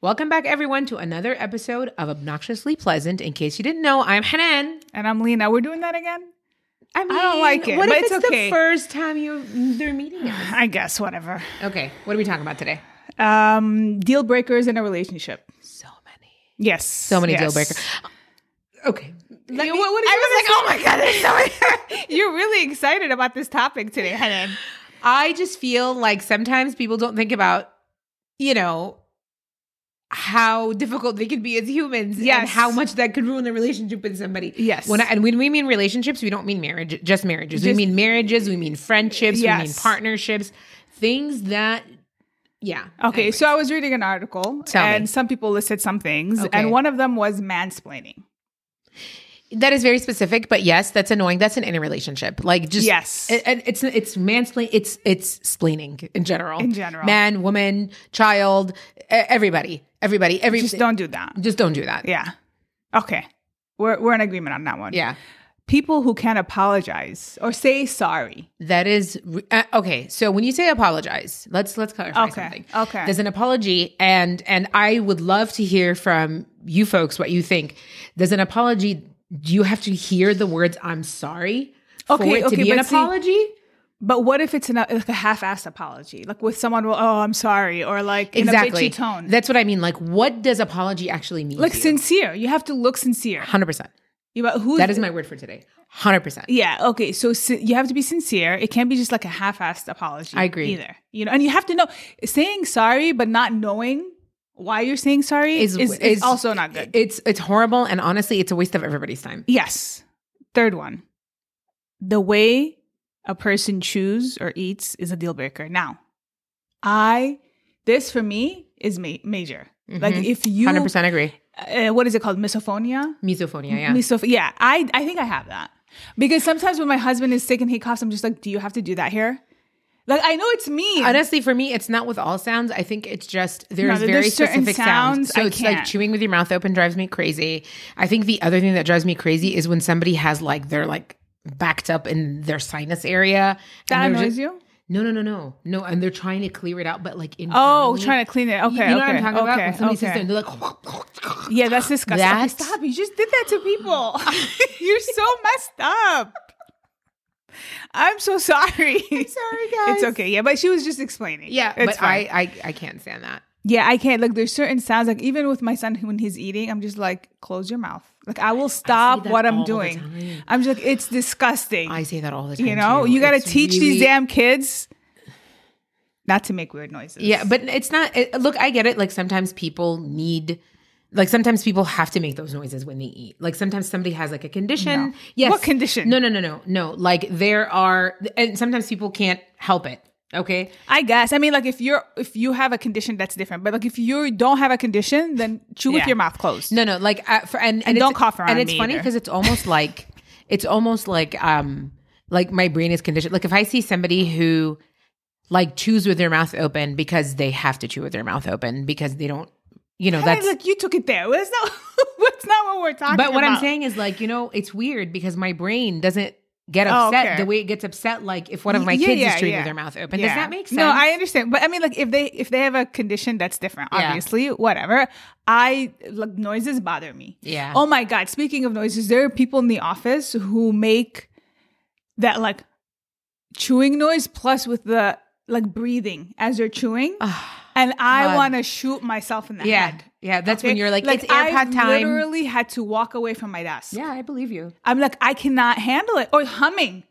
Welcome back, everyone, to another episode of Obnoxiously Pleasant. In case you didn't know, I'm Hanan. And I'm Lena. We're doing that again? I mean, don't like it, What but if it's, it's okay. the first time you they're meeting us? I guess, whatever. Okay, what are we talking about today? Um, deal breakers in a relationship. So many, Yes. so many deal yes. breakers. Okay, Let You- me- what- what did you I was like, oh my god, there's so many. You're really excited about this topic today, Helen. I just feel like sometimes people don't think about, you know, how difficult they can be as humans and Yes. how much that could ruin a relationship with somebody. Yes. When I, and when we mean relationships, we don't mean marriage, just marriages. we Just- mean marriages, we mean friendships, we mean Yes. partnerships, things that yeah. Okay, Anyway. so I was reading an article Tell me. and some people listed some things, Okay. and one of them was mansplaining. that is very specific, but yes, that's annoying. That's an inner relationship. Like just Yes. it- it- it's it's mansplain. It's it's splaining in general. In general. man, woman, child, e- everybody, everybody, every Just don't do that. just don't do that. Yeah. Okay. We're, we're in agreement on that one. Yeah. People who can't apologize or say sorry. That is re- uh, okay. So when you say apologize, let's let's clarify Okay, something. okay. there's an apology, and and I would love to hear from you folks what you think. There's an apology. Do you have to hear the words "I'm sorry" for Okay, it to okay, be an but see- apology? But what if it's an, uh, like a half-assed apology? Like with someone, well, oh, I'm sorry, or like exactly. in a bitchy tone. That's what I mean. Like, what does apology actually mean? like sincere. You have to look sincere. hundred percent. You know, who's, That is my word for today. Hundred percent. Yeah. Okay. So si- you have to be sincere. It can't be just like a half-assed apology. I agree. Either you know, and you have to know saying sorry but not knowing why you're saying sorry is is, is- also not good. It's it's horrible, and honestly, it's a waste of everybody's time. yes. Third one, the way a person chews or eats is a deal breaker. Now, I this for me is ma- major. Like Mhm. if you Hundred percent agree. uh, what is it called misophonia? Misophonia. Yeah. Misoph- yeah, I I think I have that because sometimes when my husband is sick and he coughs, I'm just like, do you have to do that here? Like I know it's me. Honestly, for me, it's not with all sounds. I think it's just No, there's there's very certain specific sounds. sounds So I it's like can't. chewing with your mouth open drives me crazy. I think the other thing that drives me crazy is when somebody has like they're like backed up in their sinus area. that and they're annoys ju- you. No, no, no, no, no. And they're trying to clear it out, but like in Oh, trying to clean it. Okay, Mm-hmm. you know okay, what I'm talking about? okay, When somebody sits okay. there and they're like, Yeah, that's disgusting. Okay, That's- Stop! You just did that to people. You're so messed up. I'm so sorry. sorry, It's guys. okay. Yeah, but she was just explaining. yeah, it's but fine. I, I, I can't stand that. yeah, I can't. Like, there's certain sounds. Like, even with my son when he's eating, I'm just like, close your mouth. Like, I will stop that what all I'm the doing. time. I'm just like, it's disgusting. I say that all the time. you know, too. you got to It's teach really- these damn kids not to make weird noises. Yeah, but it's not. It, look, I get it. Like sometimes people need, like sometimes people have to make those noises when they eat. Like sometimes somebody has like a condition. No. Yes. What condition? No, no, no, no, no. Like there are, and sometimes people can't help it. Okay. I guess. I mean, like, if you're if you have a condition, that's different. But like, if you don't have a condition, then chew Yeah. with your mouth closed. No, no. Like uh, for, and, And it's- don't cough around And it's me funny either. because it's almost like it's almost like um like my brain is conditioned. Like if I see somebody who like chews with their mouth open because they have to chew with their mouth open because they don't, you know, And that's it's like you took it there. That's not. that's not what we're talking. But what I'm about. saying is like, you know, it's weird because my brain doesn't get Oh, upset okay. the way it gets upset like if one of my Yeah, kids yeah, is chewing yeah. with their mouth open. Yeah. Does that make sense? No, I understand. But I mean, like, if they if they have a condition, that's different. Yeah. Obviously, whatever. I like noises bother me. Yeah. Oh my god. Speaking of noises, there are people in the office who make that like chewing noise plus with the like breathing as they're chewing, and I God. want to shoot myself in the yeah. head. Yeah, that's when Okay? you're like, it's I've AirPod time. literally had to walk away from my desk. yeah, I believe you. I'm like, I cannot handle it. Or humming.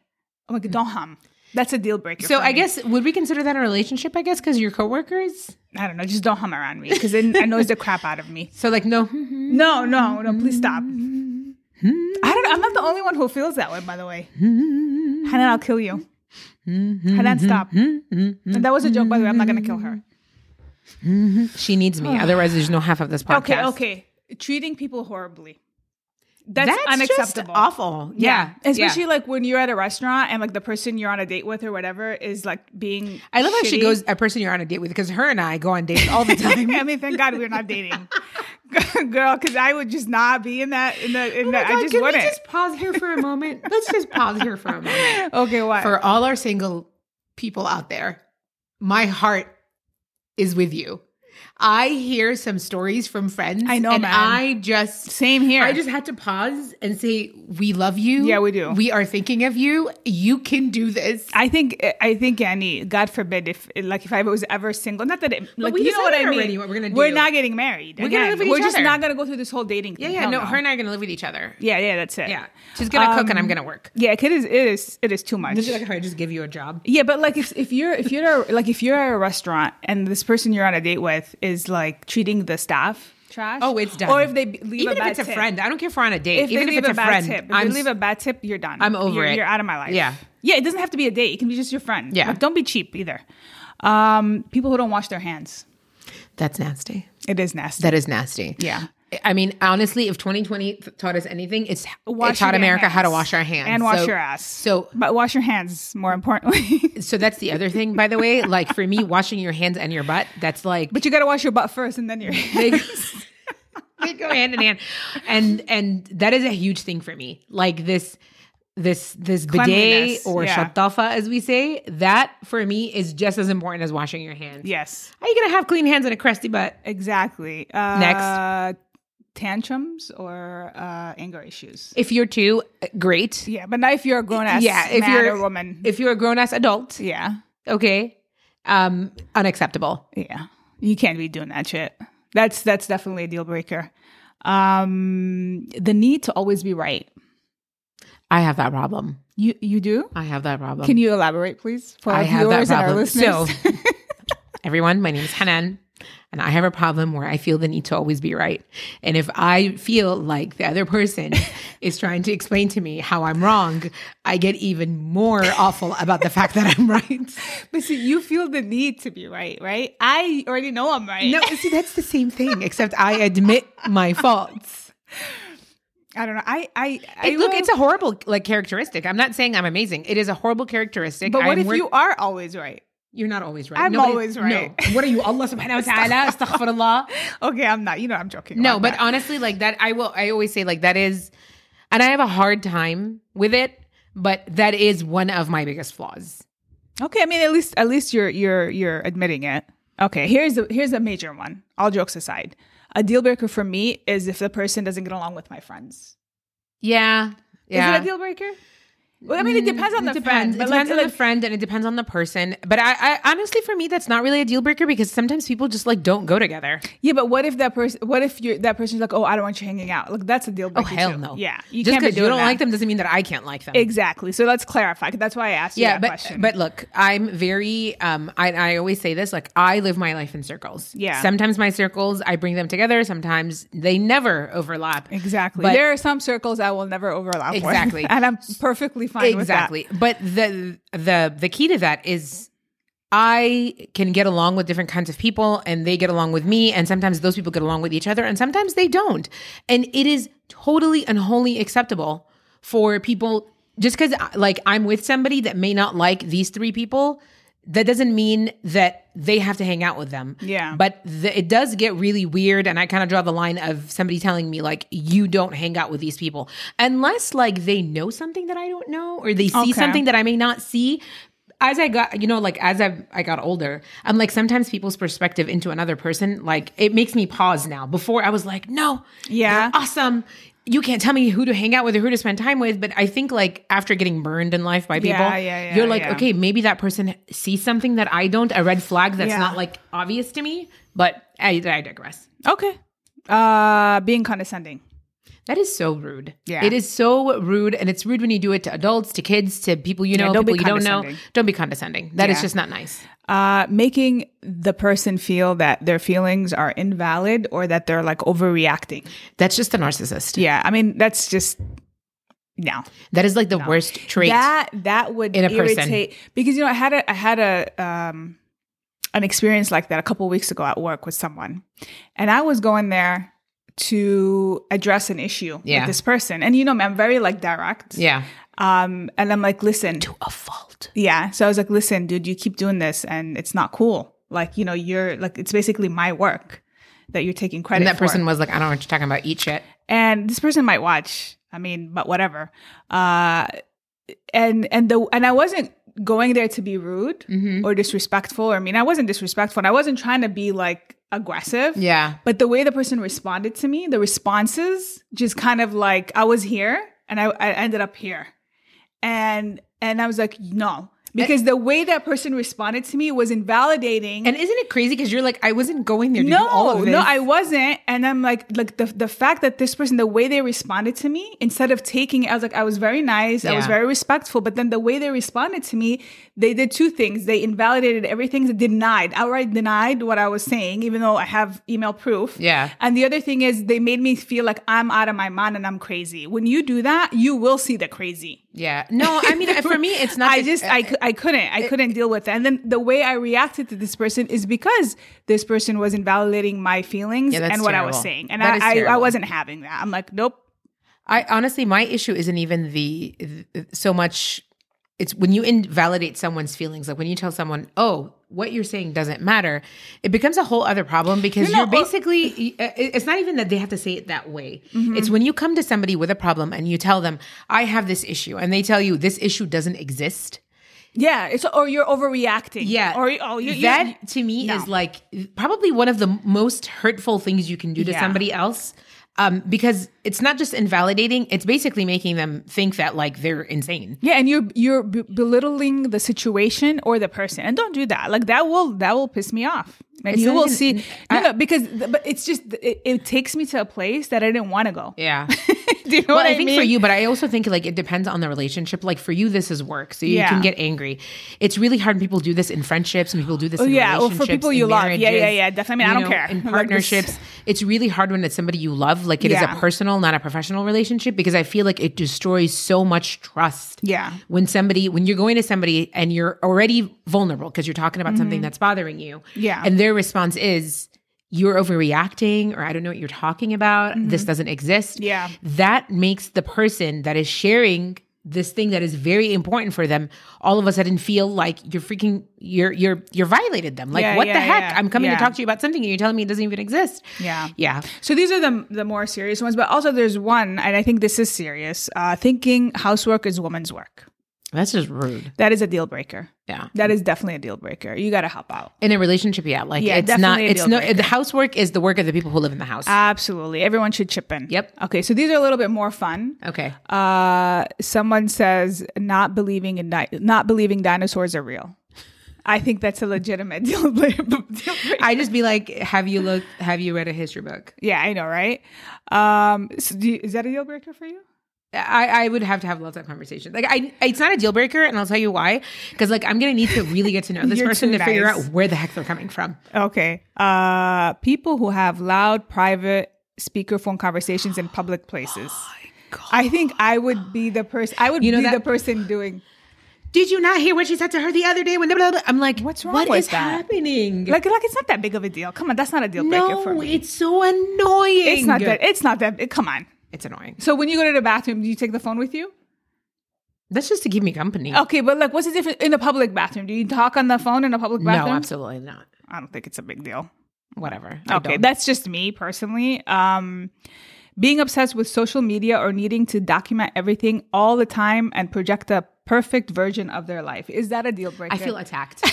I'm like, don't hum. That's a deal breaker. Mm. So for I me. guess would we consider that a relationship? I guess because your coworkers. I don't know. Just don't hum around me because it annoys the crap out of me. So like no, No, no, no. Please stop. I don't. know. I'm not the only one who feels that way. By the way, Hanan, I'll kill you. Hanan, stop. And that was a joke. By the way, I'm not gonna kill her. she needs me. Otherwise, there's no half of this podcast. Okay, okay. Treating people horribly. That's, That's unacceptable. Just awful. Yeah, Especially like when you're at a restaurant and like the person you're on a date with or whatever is like being. I love how she shitty. goes a person you're on a date with because her and I go on dates all the time. I mean, thank God we're not dating, girl, because I would just not be in that. In the, in Oh my that God, I just can wouldn't. we just pause here for a moment? Let's just pause here for a moment. okay, what? For all our single people out there, my heart is with you. I hear some stories from friends. I know, and man. I just Same here. I just had to pause and say, "We love you. Yeah, we do. We are thinking of you. You can do this." I think I think Annie. God forbid if like if I was ever single. Not that it, like we you know what I decided mean. already what we're gonna do. not getting married. We're gonna live with We're each just other. not gonna go through this whole dating. yeah, thing. yeah. Hell No, her and I are gonna live with each other. Yeah, yeah. That's it. Yeah, she's gonna cook and I'm gonna work. yeah. It is. It is. It is too much. She's like, "All right, just give you a job." Yeah, but like if if you're if you're at a, like if you're at a restaurant and this person you're on a date with is like treating the staff trash. Oh, it's done. Or if they b- leave even a bad if it's tip. a friend, I don't care if we're on a date. If even they if it's leave a, a, bad friend, tip, if I'm they leave a bad tip, you're done. I'm over you're, it. You're out of my life. Yeah. yeah. It doesn't have to be a date. It can be just your friend. Yeah. Like, don't be cheap either. Um, people who don't wash their hands. That's nasty. It is nasty. That is nasty. Yeah. I mean, honestly, if 2020 th- taught us anything, it's it Wash taught your damn America how to hands. wash our hands and wash So- your ass. So, but wash your hands more importantly. so that's the other thing, by the way. Like for me, washing your hands and your butt, that's like but you got to wash your butt first and then your they, hands. they go hand in hand, and and that is a huge thing for me. Like this, this this bidet Cleanliness, or yeah. shatafa, as we say, that for me is just as important as washing your hands. yes. How are you gonna have clean hands and a crusty butt? Exactly. Uh, Next. Tantrums or uh, anger issues. If you're two, great. Yeah, but not if you're a grown ass yeah, if man you're or woman. if you're a grown ass adult, yeah, okay, um, unacceptable. yeah, you can't be doing that shit. That's that's definitely a deal breaker. Um, the need to always be right. I have that problem. You you do? I have that problem. Can you elaborate, please, for our I have that viewers and our problem. So, listeners? everyone, my name is Hanan, and I have a problem where I feel the need to always be right. And if I feel like the other person is trying to explain to me how I'm wrong, I get even more awful about the fact that I'm right. but see, you feel the need to be right, right? I already know I'm right. No, see, that's the same thing, except I admit my faults. I don't know. I I, I Hey, look, will- it's a horrible like characteristic. I'm not saying I'm amazing. It is a horrible characteristic. But what I'm if work- you are always right? You're not always right. I'm always right. No. What are you, Allah subhanahu wa ta'ala? Astaghfirullah. Okay, I'm not. You know, I'm joking. No, about but that. honestly, like that, I will. I always say like that is, and I have a hard time with it. But that is one of my biggest flaws. Okay, I mean at least at least you're you're you're admitting it. Okay, here's a here's a major one. All jokes aside, a deal breaker for me is if the person doesn't get along with my friends. Yeah, yeah. Is it a deal breaker? Well, I mean Mm, it depends on the friend. It But like, depends on the like, friend, and it depends on the person. But I, I honestly, for me, that's not really a deal breaker because sometimes people just like don't go together. yeah, but what if that person? What if you that person's like, oh, I don't want you hanging out? Like that's a deal Oh breaker. hell too. no. Yeah, you just can't be because you doing don't that. like them doesn't mean that I can't like them. Exactly. So let's clarify. 'cause That's why I asked you yeah, that but question. but look, I'm very um I, I always say this, like I live my life in circles. Yeah. Sometimes my circles I bring them together, sometimes they never overlap. exactly, But- there are some circles I will never overlap with. Exactly. and I'm perfectly fine. with that. exactly. But the the the key to that is I can get along with different kinds of people and they get along with me and sometimes those people get along with each other and sometimes they don't. And it is totally and wholly acceptable for people just cuz like I'm with somebody that may not like these three people that doesn't mean that they have to hang out with them. Yeah. But the, it does get really weird. And I kind of draw the line of somebody telling me, like, you don't hang out with these people. Unless, like, they know something that I don't know or they see Okay. something that I may not see. As I got, you know, like as I I got older, I'm like sometimes people's perspective into another person, like it makes me pause now. Before I was like, no, Yeah. they're awesome. You can't tell me who to hang out with or who to spend time with. But I think like after getting burned in life by people, Yeah, yeah, yeah, you're like, yeah. okay, maybe that person sees something that I don't, a red flag that's Yeah. not like obvious to me, but I, I digress. Okay. Uh being condescending. That is so rude. Yeah. It is so rude. And it's rude when you do it to adults, to kids, to people you know, don't be people you don't know. condescending. Don't be condescending. That is Yeah. just not nice. Uh making the person feel that their feelings are invalid or that they're like overreacting. That's just a narcissist. Yeah, I mean that's just no. That is like the worst trait. That that would In a person. irritate because you know I had a I had a um an experience like that a couple weeks ago at work with someone. And I was going there to address an issue Yeah. with this person. And you know me, I'm very like direct. yeah. Um and I'm like, listen, A fault. Yeah. So I was like, listen, dude, you keep doing this and it's not cool. Like, you know, you're like, it's basically my work that you're taking credit And that for. person was like, I don't know what you're talking about. Eat shit. and this person might watch. I mean, but whatever. Uh, and, and the, and I wasn't going there to be rude or disrespectful. I mean, I wasn't disrespectful and I wasn't trying to be like aggressive. Yeah. But the way the person responded to me, the responses just kind of like I was here and I, I ended up here. And and I was like, no. Because the way that person responded to me was invalidating. And isn't it crazy? Because you're like, I wasn't going there to no, do all of this. no, I wasn't. And I'm like, like the the fact that this person, the way they responded to me, instead of taking, it, I was like, I was very nice, I was Yeah. very respectful. But then the way they responded to me, they did two things: they invalidated everything, they denied, outright denied what I was saying, even though I have email proof. Yeah. And the other thing is, they made me feel like I'm out of my mind and I'm crazy. When you do that, you will see the crazy. yeah. No, I mean, for me, it's not. I that- just I, cou- I couldn't I couldn't deal with it. And then the way I reacted to this person is because this person was invalidating my feelings Yeah, that's and what I was terrible. saying, and That is I, I I terrible. wasn't having that. I'm like, nope. I honestly, my issue isn't even the, th- so much. It's when you invalidate someone's feelings, like when you tell someone, "Oh, what you're saying doesn't matter," it becomes a whole other problem because No, no, you're well- basically. uh, i- It's not even that they have to say it that way. Mm-hmm. It's when you come to somebody with a problem and you tell them, "I have this issue," and they tell you this issue doesn't exist. Yeah, it's or you're overreacting. Yeah. or oh, you, you- that to me No. is like probably one of the most hurtful things you can do to Yeah. somebody else. Um, because it's not just invalidating, it's basically making them think that like they're insane. yeah, and you're you're b- belittling the situation or the person, and don't do that. Like that will that will piss me off, and It's you not will even- see. no, no, because th- but it's just it, it takes me to a place that I didn't want to go. Yeah. do you know well, what I, I, think mean? for you, but I also think like it depends on the relationship. Like for you, this is work, so you Yeah. can get angry. It's really hard. when People do this in friendships, and people do this. in Oh, yeah, well, for relationships, people in you love. Yeah, yeah, marriages, yeah, definitely. I mean, I you don't care. In Like this- partnerships, it's really hard when it's somebody you love. Like it is Yeah. a personal, not a professional relationship, because I feel like it destroys so much trust. Yeah. when somebody, when you're going to somebody and you're already vulnerable because you're talking about something that's bothering you. Mm-hmm. Yeah. and their response is. You're overreacting, or I don't know what you're talking about. Mm-hmm. This doesn't exist Yeah. that makes the person that is sharing this thing that is very important for them all of a sudden feel like you're freaking you're you're you're violated them like Yeah, what the yeah, heck yeah, i'm coming yeah. to talk to you about something and you're telling me it doesn't even exist Yeah. yeah So these are the the more serious ones, but also there's one, and I think this is serious. Uh, thinking housework is woman's work. that's just rude That is a deal breaker. yeah That is definitely a deal breaker. You got to help out. in a relationship yeah like Yeah, it's not definitely a Uh, it's deal no breaker. the housework is the work of the people who live in the house Absolutely, everyone should chip in. Yep. Okay, so these are a little bit more fun. okay Uh, someone says not believing in di- not believing dinosaurs are real. I think that's a legitimate deal bla- deal breaker. i just be like have you looked have you read a history book yeah, I know, right? Um, so do you- is that a deal breaker for you? I, I would have to have lots of conversations. Like I, it's not a deal breaker, and I'll tell you why. Because like I'm gonna need to really get to know this You're person too to figure out nice. where the heck they're coming from. Okay. Uh people who have loud private speakerphone conversations in public places. Oh I think I would be the person I would know be that- the person doing Did you not hear what she said to her the other day? When blah, blah, blah? I'm like, What's wrong what with is that? happening? like like it's not that big of a deal. Come on, that's not a deal breaker for no, me. it's so annoying. It's not that it's not that big. Come on. It's annoying. So when you go to the bathroom, do you take the phone with you? That's just to keep me company. Okay, but like what's the difference in a public bathroom? Do you talk on the phone in a public no, bathroom? absolutely not. I don't think it's a big deal. Whatever. I Okay, don't. that's just me personally. Um, being obsessed with social media or needing to document everything all the time and project a perfect version of their life is that a deal breaker? I feel attacked.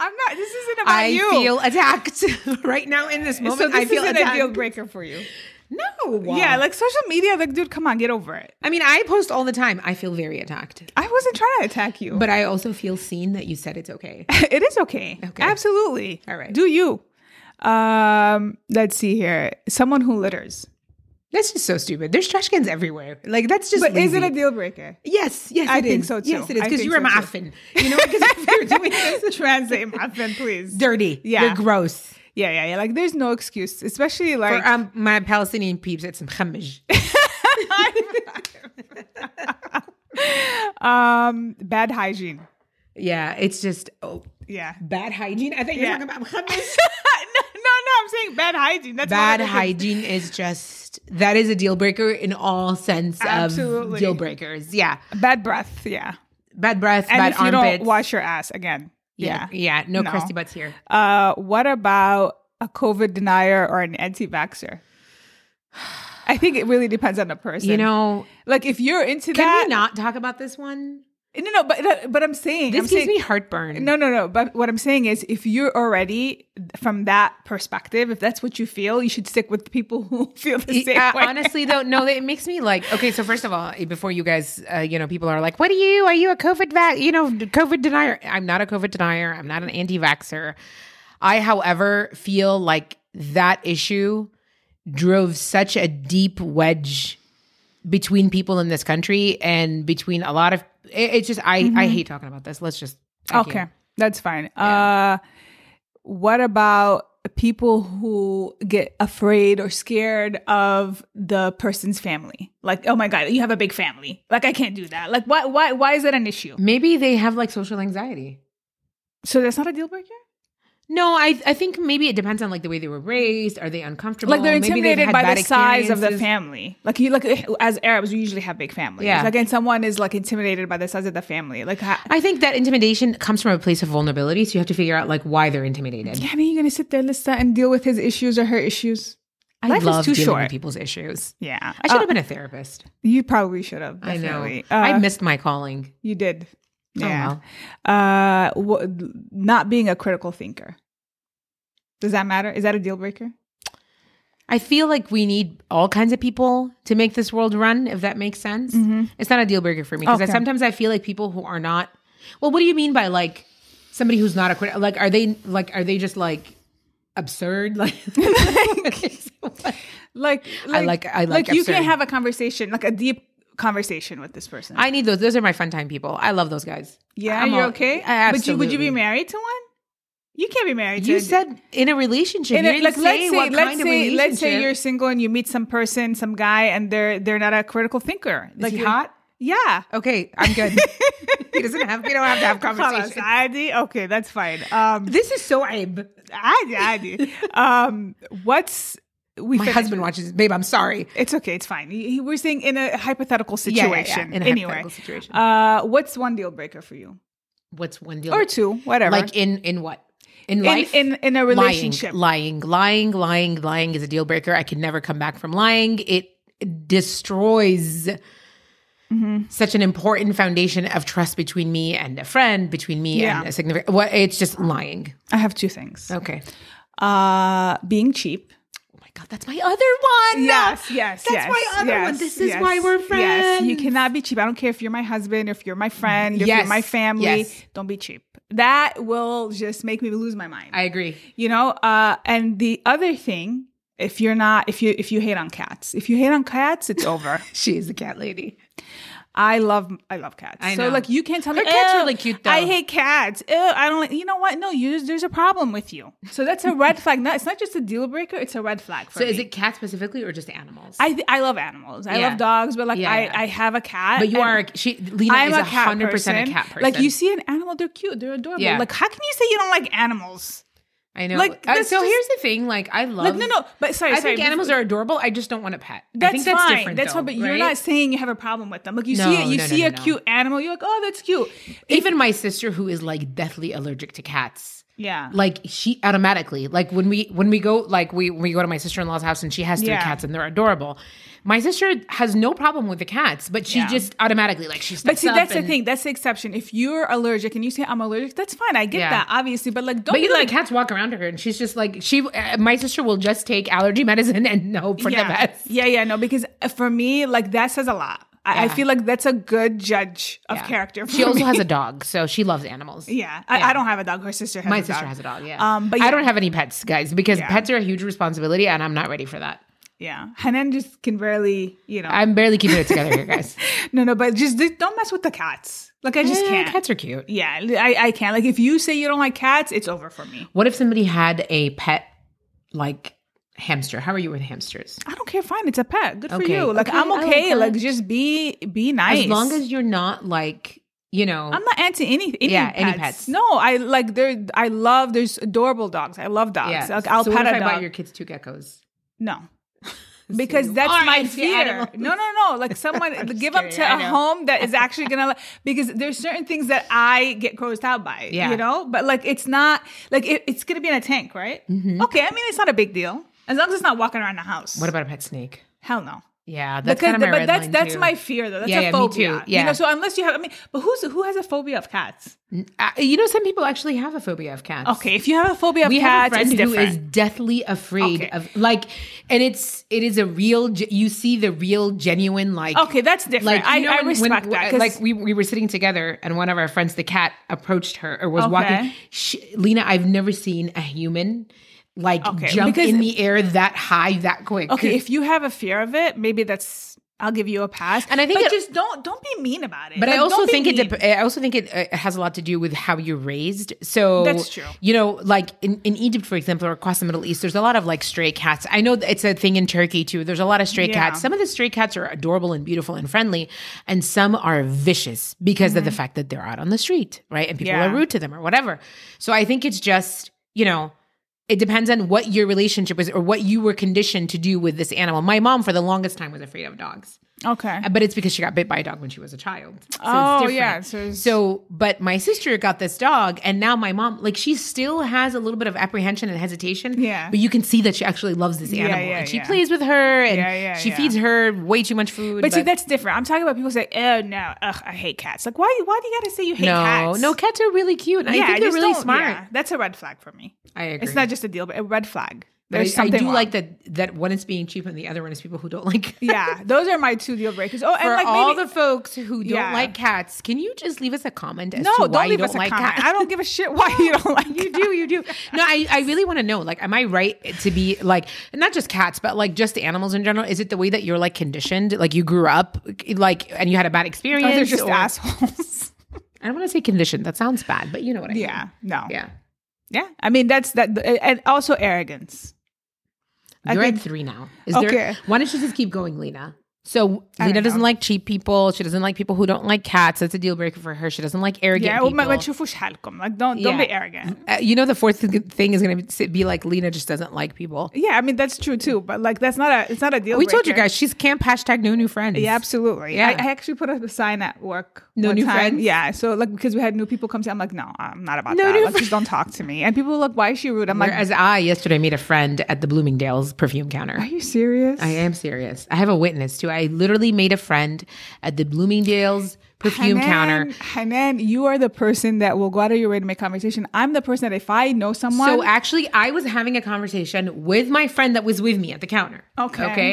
I'm not. This isn't about I you. feel attacked right now in this moment. so this I feel isn't attacked. a deal breaker for you. no. Yeah, like social media, like dude, come on, get over it. I mean, I post all the time. I feel very attacked, I wasn't trying to attack you, but but I also feel seen that you said it's okay. it is okay. Okay. Absolutely. All right. Do you? Um, let's see here. Someone who litters. That's just so stupid. There's trash cans everywhere. Like that's just. But is it lazy. a deal breaker? Yes, yes, I it think is. so, too. Yes, it is I because think you're a so, too. muffin. You know, because you're doing this, Translate my friend, please. dirty. Yeah. you're gross. Yeah, yeah, yeah. Like there's no excuse, especially like For um, my Palestinian peeps, it's mchamish. um bad hygiene. yeah, it's just oh, Yeah. bad hygiene. I think Yeah. you're talking about mchamish. no, no, no, I'm saying bad hygiene. That's one bad of the things. hygiene is just that is a deal breaker in all sense Absolutely. of deal breakers. Yeah, Bad breath, yeah. bad breath, And bad if you armpits. don't wash your ass again. Yeah. yeah, no, No. crusty butts here. Uh what about a COVID denier or an anti vaxxer? I think it really depends on the person. You know, like if you're into can that, we not talk about this one? No, no, but but I'm saying This I'm gives saying, me heartburn. No, no, no. But what I'm saying is, if you're already from that perspective, if that's what you feel, you should stick with the people who feel the same Uh, way. honestly though no it makes me like okay so first of all eh, before you guys uh, you know people are like what are you are you a covid vac you know covid denier i'm not a covid denier i'm not an anti-vaxxer i however feel like that issue drove such a deep wedge between people in this country and between a lot of it, it's just i i hate talking about this let's just I Mm-hmm. okay, can't. that's fine. Uh, what about people who get afraid or scared of the person's family? Like, oh my god, you have a big family. Like, I can't do that. Like, why? Why? Why is that an issue? maybe they have like social anxiety So that's not a deal breaker. No, I I think maybe it depends on like the way they were raised. Are they uncomfortable? Like they're Maybe they've intimidated had by bad the size of the experiences. family. Like you, like eh, as Arabs, we usually have big families. Yeah. Like, and someone is like intimidated by the size of the family. Like, ha- I think that intimidation comes from a place of vulnerability, so you have to figure out like why they're intimidated. Yeah, I mean, you're gonna sit there, Lisa, and deal with his issues or her issues. I Life is love too dealing short. with people's issues. Yeah, I should Uh, have been a therapist. you probably should have. I know. definitely. Uh, I missed my calling. you did. Oh, Yeah. well. Uh, wha- not being a critical thinker. Does that matter? Is that a deal breaker? I feel like we need all kinds of people to make this world run, if that makes sense. It's not a deal breaker for me because Mm-hmm. Okay. sometimes I feel like people who are not. Well, what do you mean by like somebody who's not a critic? Like, are they like are they just like absurd? Like, Like, I like- I like you absurd. can't have a conversation, like a deep conversation with this person. I need those. Those are my fun time people. I love those guys. yeah, I'm you're all- okay. I- Would you would you absolutely. be married to one? You can't be married. to You a- said in a relationship. In you a- didn't like, say let's say, what let's kind say, of let's say relationship. you're single and you meet some person, some guy, and they're they're not a critical thinker. Is like he you're- hot? Yeah. okay. I'm good. he doesn't have. We don't have to have conversation. Anxiety. Okay, that's fine. Um, This is so aib. anxiety. um, what's we? My finished. husband watches. Babe, I'm sorry. It's okay. It's fine. He- he- We're saying in a hypothetical Yeah, yeah, yeah, situation. in a anyway, hypothetical situation. Uh, what's one deal breaker for you, What's one deal? or two, whatever? like in in what? In in life. in, in a relationship. Lying, lying, lying, lying, lying is a deal breaker. I can never come back from lying. It destroys Mm-hmm. such an important foundation of trust between me and a friend, between me Yeah. and a significant. What? It's just lying. I have two things. Okay. Uh, being cheap. Oh my god, that's my other one. Yes, yes, That's yes, my other one. yes, This is yes, why we're friends. Yes, you cannot be cheap. I don't care if you're my husband, if you're my friend, if you're Yes, my family. yes. Don't be cheap. That will just make me lose my mind. I agree. you know, uh, and the other thing, if you're not, if you if you hate on cats, if you hate on cats, it's over. She is the cat lady. I love I love cats. I So know. like you can't tell me Her cat's "Ew, really cute, though." I hate cats. Ew, I don't like. You know what? No, you there's a problem with you. So that's a red flag. No, it's not just a deal breaker. It's a red flag. For So me. is it cat specifically or just animals? I th- I love animals. I Yeah. love dogs, but like Yeah, I, yeah. I have a cat. but you and are a- she Lena I'm is a a cat hundred percent a person. cat person. Like you see an animal, they're cute, they're adorable. Yeah. Like how can you say you don't like animals? I know. like, Like uh, that's so just- here's the thing, like I love Like no, no. But sorry, I sorry. think animals are adorable. I just don't want a pet. That's I think that's fine. different. that's though, fine. But you're right? not saying you have a problem with them. Like you No, see it, you no, no, see no, a no. cute animal, you're like, oh, that's cute. even my sister who is like deathly allergic to cats. Yeah. like she automatically like when we when we go like we we go to my sister-in-law's house and she has three Yeah. cats and they're adorable my sister has no problem with the cats but she Yeah. just automatically like she But steps see, up that's the and- thing. That's the exception. If you're allergic and you say I'm allergic, that's fine. I get Yeah. that, obviously. But like, don't but be you know like, the cats walk around her and she's just like she uh, my sister will just take allergy medicine and hope for yeah, the best yeah, yeah. No, because uh, for me, like that says a lot. I, I Yeah. feel like that's a good judge of Yeah. character. For she also me. has a dog so she loves animals Yeah. I, Yeah. I don't have a dog. Her sister has my a sister dog. has a dog yeah Um, but i yeah. don't have any pets guys because Yeah. pets are a huge responsibility and i'm not ready for that Yeah. Hanan just can barely, you know. i'm barely keeping it together here guys no, no, but just just don't mess with the cats. Like, I just Eh, can't. cats are cute yeah, I, I can't. Like, if you say you don't like cats, it's over for me. What if somebody had a pet like hamster? How are you with hamsters? I don't care. Fine. It's a pet. Good for Okay. you. Like, Okay, I'm I like okay. that. Like, just be be nice. As long as you're not like, you know, I'm not anti any, any Yeah, pets. any pets. No, I like there. I love there's adorable dogs. I love dogs. yeah. Like, I'll so pet what if a I dog. bought your kids two geckos? No. Because you that's are my anti- fear. animals. No, no, no. Like someone give up kidding, to I a know. home that is actually gonna because there's certain things that I get grossed out by. Yeah. You know? But like it's not like it, it's gonna be in a tank, Mm-hmm. right? Okay, I mean it's not a big deal. As long as it's not walking around the house. What about a pet snake? Hell no. Yeah, that's because, kind of my but red that's line, that's too. my fear though. That's Yeah, a yeah, me too. phobia. You Yeah. know, so unless you have, I mean, but who's who has a phobia of cats? Uh, you know, some people actually have a phobia of cats. Okay, if you have a phobia of we have cats, a it's friend who different. is deathly afraid Okay. of like, and it's it is a real. ge- You see the real, genuine like. okay, that's different. Like I, you know, I when- when- respect that. 'cause- Like we, we were sitting together, and one of our friends, the cat, approached her or was Okay. walking. She, Lena, I've never seen a human like Okay, jump because- in the air that high that quick. okay, if you have a fear of it, maybe that's I'll give you a pass. And I think but it- just don't don't be mean about it. But I Like, also don't be think mean. it. Dep- I also think it uh, has a lot to do with how you're raised. So That's true. You know, like in, in Egypt, for example, or across the Middle East, there's a lot of like stray cats. I know that it's a thing in Turkey too. There's a lot of stray Yeah. cats. Some of the stray cats are adorable and beautiful and friendly, and some are vicious because of the fact that they're out on the street, right? And people Mm-hmm. Yeah. are rude to them or whatever. So I think it's just you know it depends on what your relationship is or what you were conditioned to do with this animal. My mom, for the longest time, was afraid of dogs, Okay. but it's because she got bit by a dog when she was a child. So oh it's yeah. different. So, it's- So, but my sister got this dog, and now my mom, like, she still has a little bit of apprehension and hesitation. Yeah. But you can see that she actually loves this Yeah, animal, yeah, and she yeah. plays with her, and Yeah, yeah, she yeah. feeds her way too much food. but see, that's different. I'm talking about people say, "Oh no, ugh, I hate cats." Like, why? Why do you gotta say you hate no, cats? no, cats are really cute. And I think they're just really don't- smart. yeah, that's a red flag for me. I agree. It's not just a deal, but a red flag. But I, There's I something do wrong. like that. That one is being cheap, and the other one is people who don't like. yeah, those are my two deal breakers. Oh, For and like all maybe, the folks who don't Yeah. like cats, can you just leave us a comment as no, to why don't you leave don't us a like comment. cats? I don't give a shit why you don't like. you do you do no I, I really want to know like am i right to be like not just cats but like just animals in general is it the way that you're like conditioned like you grew up like and you had a bad experience Oh, they're just or- assholes. i don't want to say conditioned that sounds bad but you know what i mean yeah, no, yeah. yeah I mean, that's that, and also arrogance. I you're think- at three now is Okay. there why don't you just keep going lena so I lena don't doesn't know. like cheap people she doesn't like people who don't like cats that's a deal breaker for her she doesn't like arrogant Yeah, people well, ما ما تشوفوش حالكم. Like, don't don't Yeah. be arrogant. Uh, you know the fourth thing is going to be like lena just doesn't like people Yeah, I mean that's true too, but like that's not a it's not a deal. we told you breaker. guys she's camp hashtag no new friends Yeah, absolutely. Yeah. I, I actually put up a sign at work. No one new time. friends? Yeah. So like because we had new people come to, I'm like, no, I'm not about No that. new Like, just don't talk to me. And people were like, why is she rude? I'm like, Whereas I yesterday made a friend at the Bloomingdale's perfume counter. are you serious? I am serious. I have a witness too. I literally made a friend at the Bloomingdale's perfume counter. Hanan, you are the person that will go out of your way to make conversation. I'm the person that if I know someone, So actually, I was having a conversation with my friend that was with me at the counter. Okay. Okay.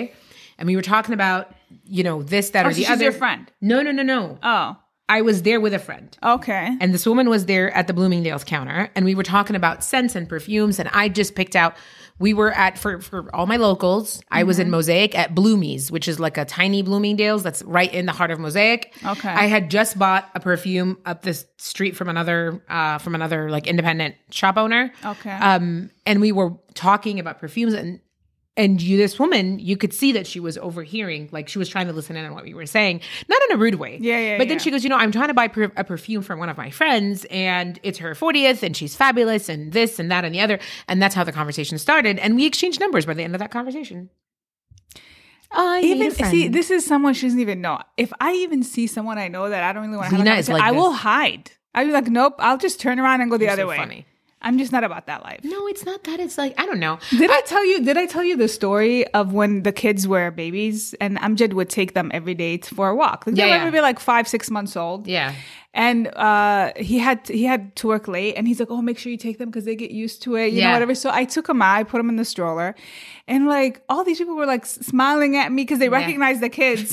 And we were talking about, you know, this, that, Oh, or so the she's other. your friend? No, no, no, no. oh, I was there with a friend. okay. And this woman was there at the Bloomingdale's counter, and we were talking about scents and perfumes. And I just picked out. We were at for for all my locals. I was Mm-hmm. in Mosaic at Bloomies, which is like a tiny Bloomingdale's that's right in the heart of Mosaic. Okay. I had just bought a perfume up the s- street from another uh, from another like independent shop owner. Okay. Um, and we were talking about perfumes and and you this woman you could see that she was overhearing like she was trying to listen in on what we were saying not in a rude way Yeah, yeah, but then yeah. she goes you know i'm trying to buy per- a perfume from one of my friends and it's her 40th and she's fabulous and this and that and the other and that's how the conversation started and we exchanged numbers by the end of that conversation I even need a friend. see, this is someone she doesn't even know. If I even see someone I know that I don't really want to have a Zena is conversation, like I this. will hide. I'll be like, nope. I'll just turn around and go the You're other so way. funny. I'm just not about that life. no it's not that it's like i don't know Did I tell you? Did I tell you the story of when the kids were babies and Amjad would take them every day t- for a walk? Like, they Yeah, were yeah. maybe like five, six months old. yeah And uh, he had he had to work late, and he's like, "Oh, make sure you take them because they get used to it, you know, Yeah. whatever." So I took him out, I put him in the stroller, and like all these people were like s- smiling at me because they recognized the kids.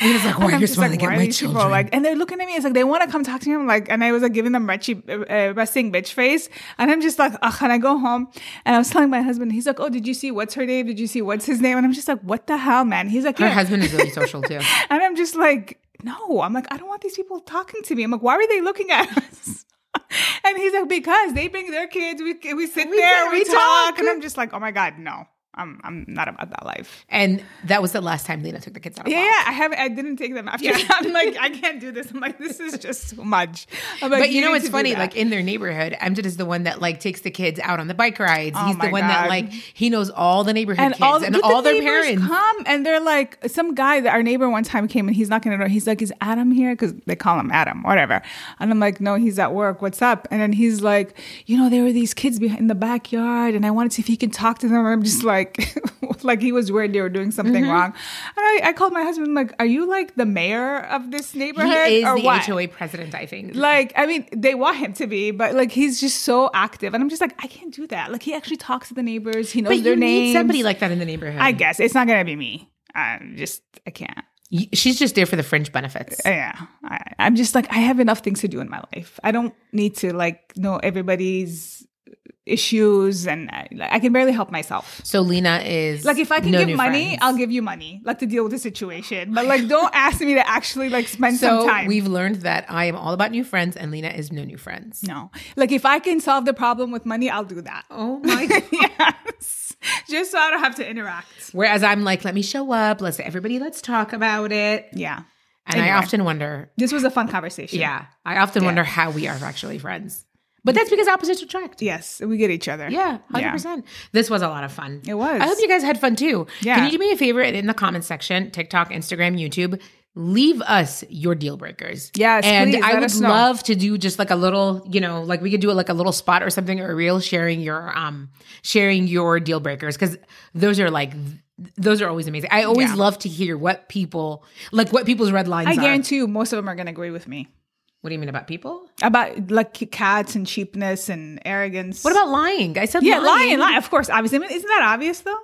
he was like why are And I'm you just like, smiling why at are my these people, children Like, and they're looking at me. It's like they want to come talk to me. I'm like, and I was like giving them retchy, uh, uh, resting bitch face. And I'm just like, ugh. And I go home, and I was telling my husband. He's like, oh, did you see what's her name? Did you see what's his name? And I'm just like, what the hell, man? He's like, her yeah. husband is really social too And I'm just like, no. I'm like, I don't want these people talking to me. I'm like, why are they looking at us? and he's like, because they bring their kids. We we sit there, sit, we, we talk. talk. and I'm just like, oh my god, no. I'm I'm not about that life. and that was the last time lena took the kids out of Yeah, walk. yeah, I have. I didn't take them after. that. I'm like, I can't do this. I'm like, this is just too much. I'm like, But you know need what's to do funny? that. Like in their neighborhood, Amjad is the one that like takes the kids out on the bike rides. Oh He's the my one God. that like he knows all the neighborhood and kids all and did the all their neighbors parents. come and they're like, some guy that our neighbor one time came and he's not gonna know. He's like, is Adam here? Because they call him Adam, whatever. And I'm like, no, he's at work. What's up? And then he's like, you know, there were these kids behind in the backyard, and I wanted to see if he could talk to them. And I'm just like, like he was worried they were doing something Mm-hmm. wrong. And I, I called my husband, I'm like, are you like the mayor of this neighborhood? He is or the what? HOA president, I think. Like, I mean, they want him to be, but like he's just so active. And I'm just like, I can't do that. Like he actually talks to the neighbors, he knows but their you need names. somebody like that in the neighborhood. I guess it's not gonna be me. I'm just I can't. Y- She's just there for the fringe benefits. Yeah, I, I'm just like I have enough things to do in my life. I don't need to like know everybody's issues, and I, like, I can barely help myself. So Lena is Like if I can no give new money, friends. I'll give you money, like to deal with the situation. But like, don't ask me to actually like spend So some time. we've learned that I am all about new friends, and Lena is no new friends. no, like if I can solve the problem with money, I'll do that. Oh my god. yes, just so I don't have to interact. Whereas I'm like, let me show up. Let's everybody, let's talk about it. Yeah, And I Anyway. often wonder, this was a fun conversation. yeah, I often Yeah. wonder how we are actually friends. But that's because opposites attract. Yes, we get each other. Yeah, hundred Yeah. percent. This was a lot of fun. It was. I hope you guys had fun too. Yeah. Can you do me a favor and in the comments section, TikTok, Instagram, YouTube, leave us your deal breakers. Yes, and please, I let would us know. love to do just like a little, you know, like we could do like a little spot or something or a reel sharing your um sharing your deal breakers because those are like th- those are always amazing. I always Yeah. love to hear what people like what people's red lines I are. guarantee you, most of them are going to agree with me. what do you mean about people? about like cats and cheapness and arrogance. What about lying? I said yeah, lying. lying, lying? Of course, obviously. I mean, isn't that obvious though?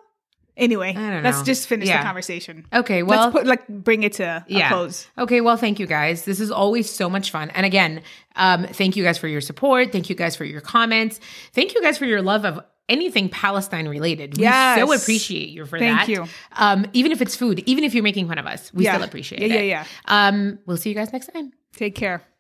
Anyway, I don't know. let's just finish Yeah. the conversation. Okay, well, let's put like bring it to a close. Okay, well, thank you guys. This is always so much fun. And again, um, thank you guys for your support. Thank you guys for your comments. Thank you guys for your love of anything Palestine related. We Yes. so appreciate you for Thank that. you. Um, even if it's food, even if you're making fun of us, we Yeah. still appreciate Yeah, it. yeah. yeah, Um, we'll see you guys next time. Take care.